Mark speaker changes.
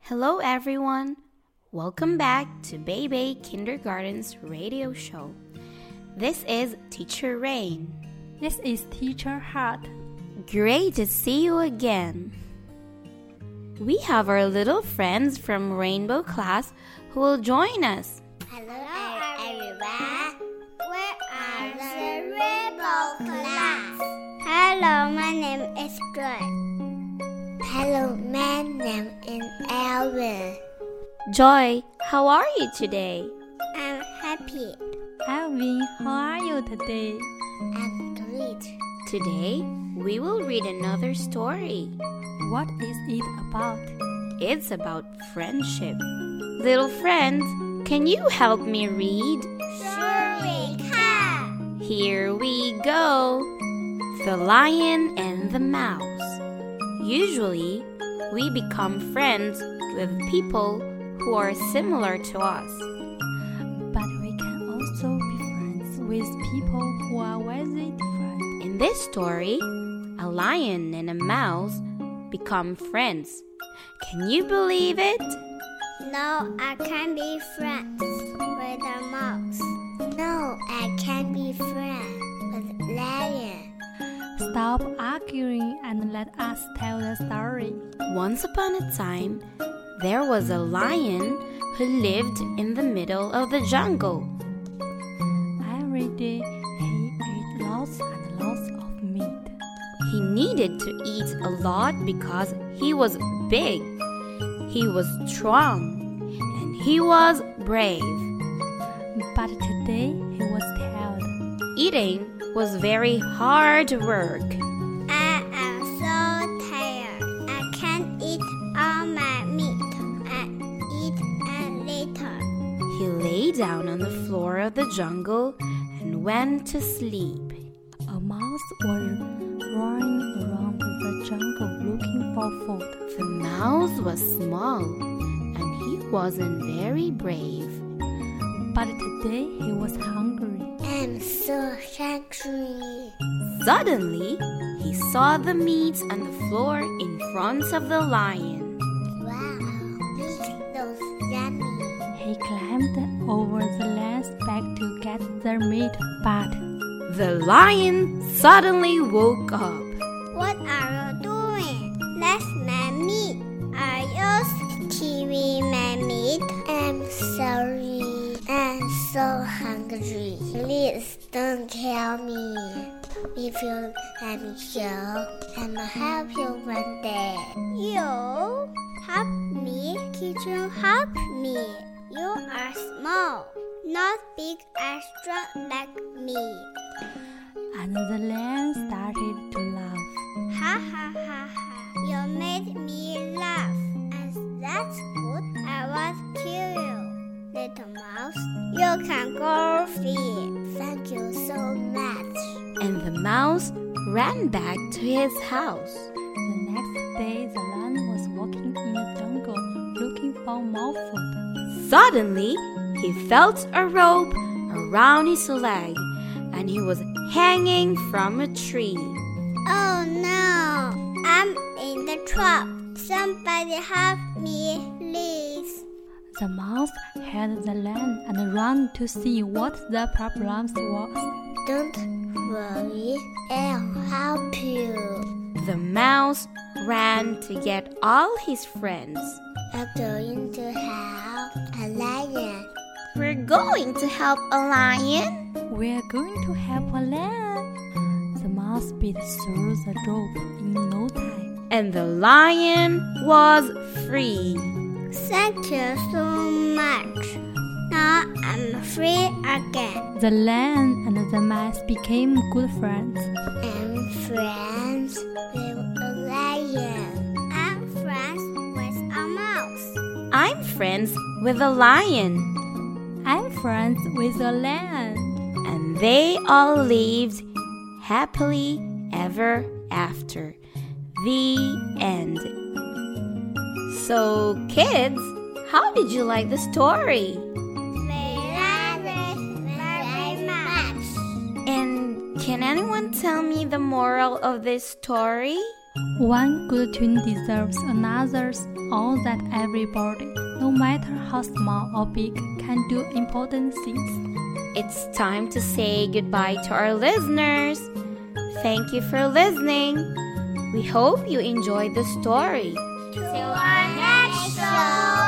Speaker 1: Hello, everyone. Welcome back to Baby Kindergarten's radio show. This is Teacher Rain.
Speaker 2: This is Teacher Hart.
Speaker 1: Great to see you again. We have our little friends from Rainbow class who will join us.
Speaker 3: Hello, everyone. We are the Rainbow Class. Hello, my name is Joy. Hello, my name is Elvin.
Speaker 1: Joy, how are you today?
Speaker 3: I'm happy.
Speaker 2: Alvin, how are you today?
Speaker 3: I'm great.
Speaker 1: Today, we will read another story.
Speaker 2: What is it about?
Speaker 1: It's about friendship. Little friends, can you help me read?
Speaker 3: Sure, we can.
Speaker 1: Here we go! The Lion and the Mouse. Usually, we become friends with people who are similar to us.
Speaker 2: But we can also be friends with people who are very different.
Speaker 1: In this story, a lion and a mouse become friends. Can you believe it?
Speaker 3: No, I can't be friends with a mouse. No, I can't be friends with lion.
Speaker 2: Stop arguing and let us tell the story.
Speaker 1: Once upon a time, there was a lion who lived in the middle of the jungle.
Speaker 2: Every day he ate lots and lots of meat.
Speaker 1: He needed to eat a lot because he was big, he was strong, and he was brave.
Speaker 2: But today he was tired.
Speaker 1: Eating was very hard work.
Speaker 3: I am so tired. I can't eat all my meat. I eat a little.
Speaker 1: He lay down on the floor of the jungle and went to sleep.
Speaker 2: A mouse was roaring around the jungle looking for food.
Speaker 1: The mouse was small, and he wasn't very brave.
Speaker 2: But today he was hungry.
Speaker 3: I'm so hungry.
Speaker 1: Suddenly, he saw the meat on the floor in front of the lion.
Speaker 3: Wow, meat looks yummy.
Speaker 2: He climbed over the lance back to get the meat, but
Speaker 1: The lion suddenly woke up.
Speaker 3: What are you doing? That's my meat. Are you stealing my meat? I'm sorry. I'm so hungry. Please don't kill me. If you let me go, I'm help you one day. You help me? Could you help me? You are small, not big and strong like me.
Speaker 2: and the lion started to laugh.
Speaker 3: Ha ha ha ha. You made me laugh. And that's good. I won't kill you, little mouse. You can go free. Thank you so much.
Speaker 1: And the mouse ran back to his house.
Speaker 2: The next day, the lion was walking in the jungle looking for more food.
Speaker 1: Suddenly, he felt a rope around his leg and he was hanging from a tree.
Speaker 3: Oh no. I'm in the trap. Somebody help me, please.
Speaker 2: The mouse held the lion and ran to see what the problem was.
Speaker 3: Don't worry. I'll help you.
Speaker 1: The mouse ran to get all his friends.
Speaker 3: I'm going to help a lion.
Speaker 1: We're going to help a lion.
Speaker 2: We're going to help a lion. The mouse bit through the rope in no time.
Speaker 1: And the lion was free.
Speaker 3: Thank you so much. Now I'm free again.
Speaker 2: The lion and the mouse became good friends.
Speaker 3: I'm friends with a lion. I'm friends with a mouse.
Speaker 1: I'm friends with a lion.
Speaker 2: I'm friends with a lion.
Speaker 1: And they all lived happily ever after. The end. So, kids, how did you like the story?
Speaker 3: Very, very much.
Speaker 1: And can anyone tell me the moral of this story?
Speaker 2: One good tune deserves another's. All that everybody, no matter how small or big, can do important things.
Speaker 1: It's time to say goodbye to our listeners. Thank you for listening. We hope you enjoyed the story.
Speaker 3: To our next show.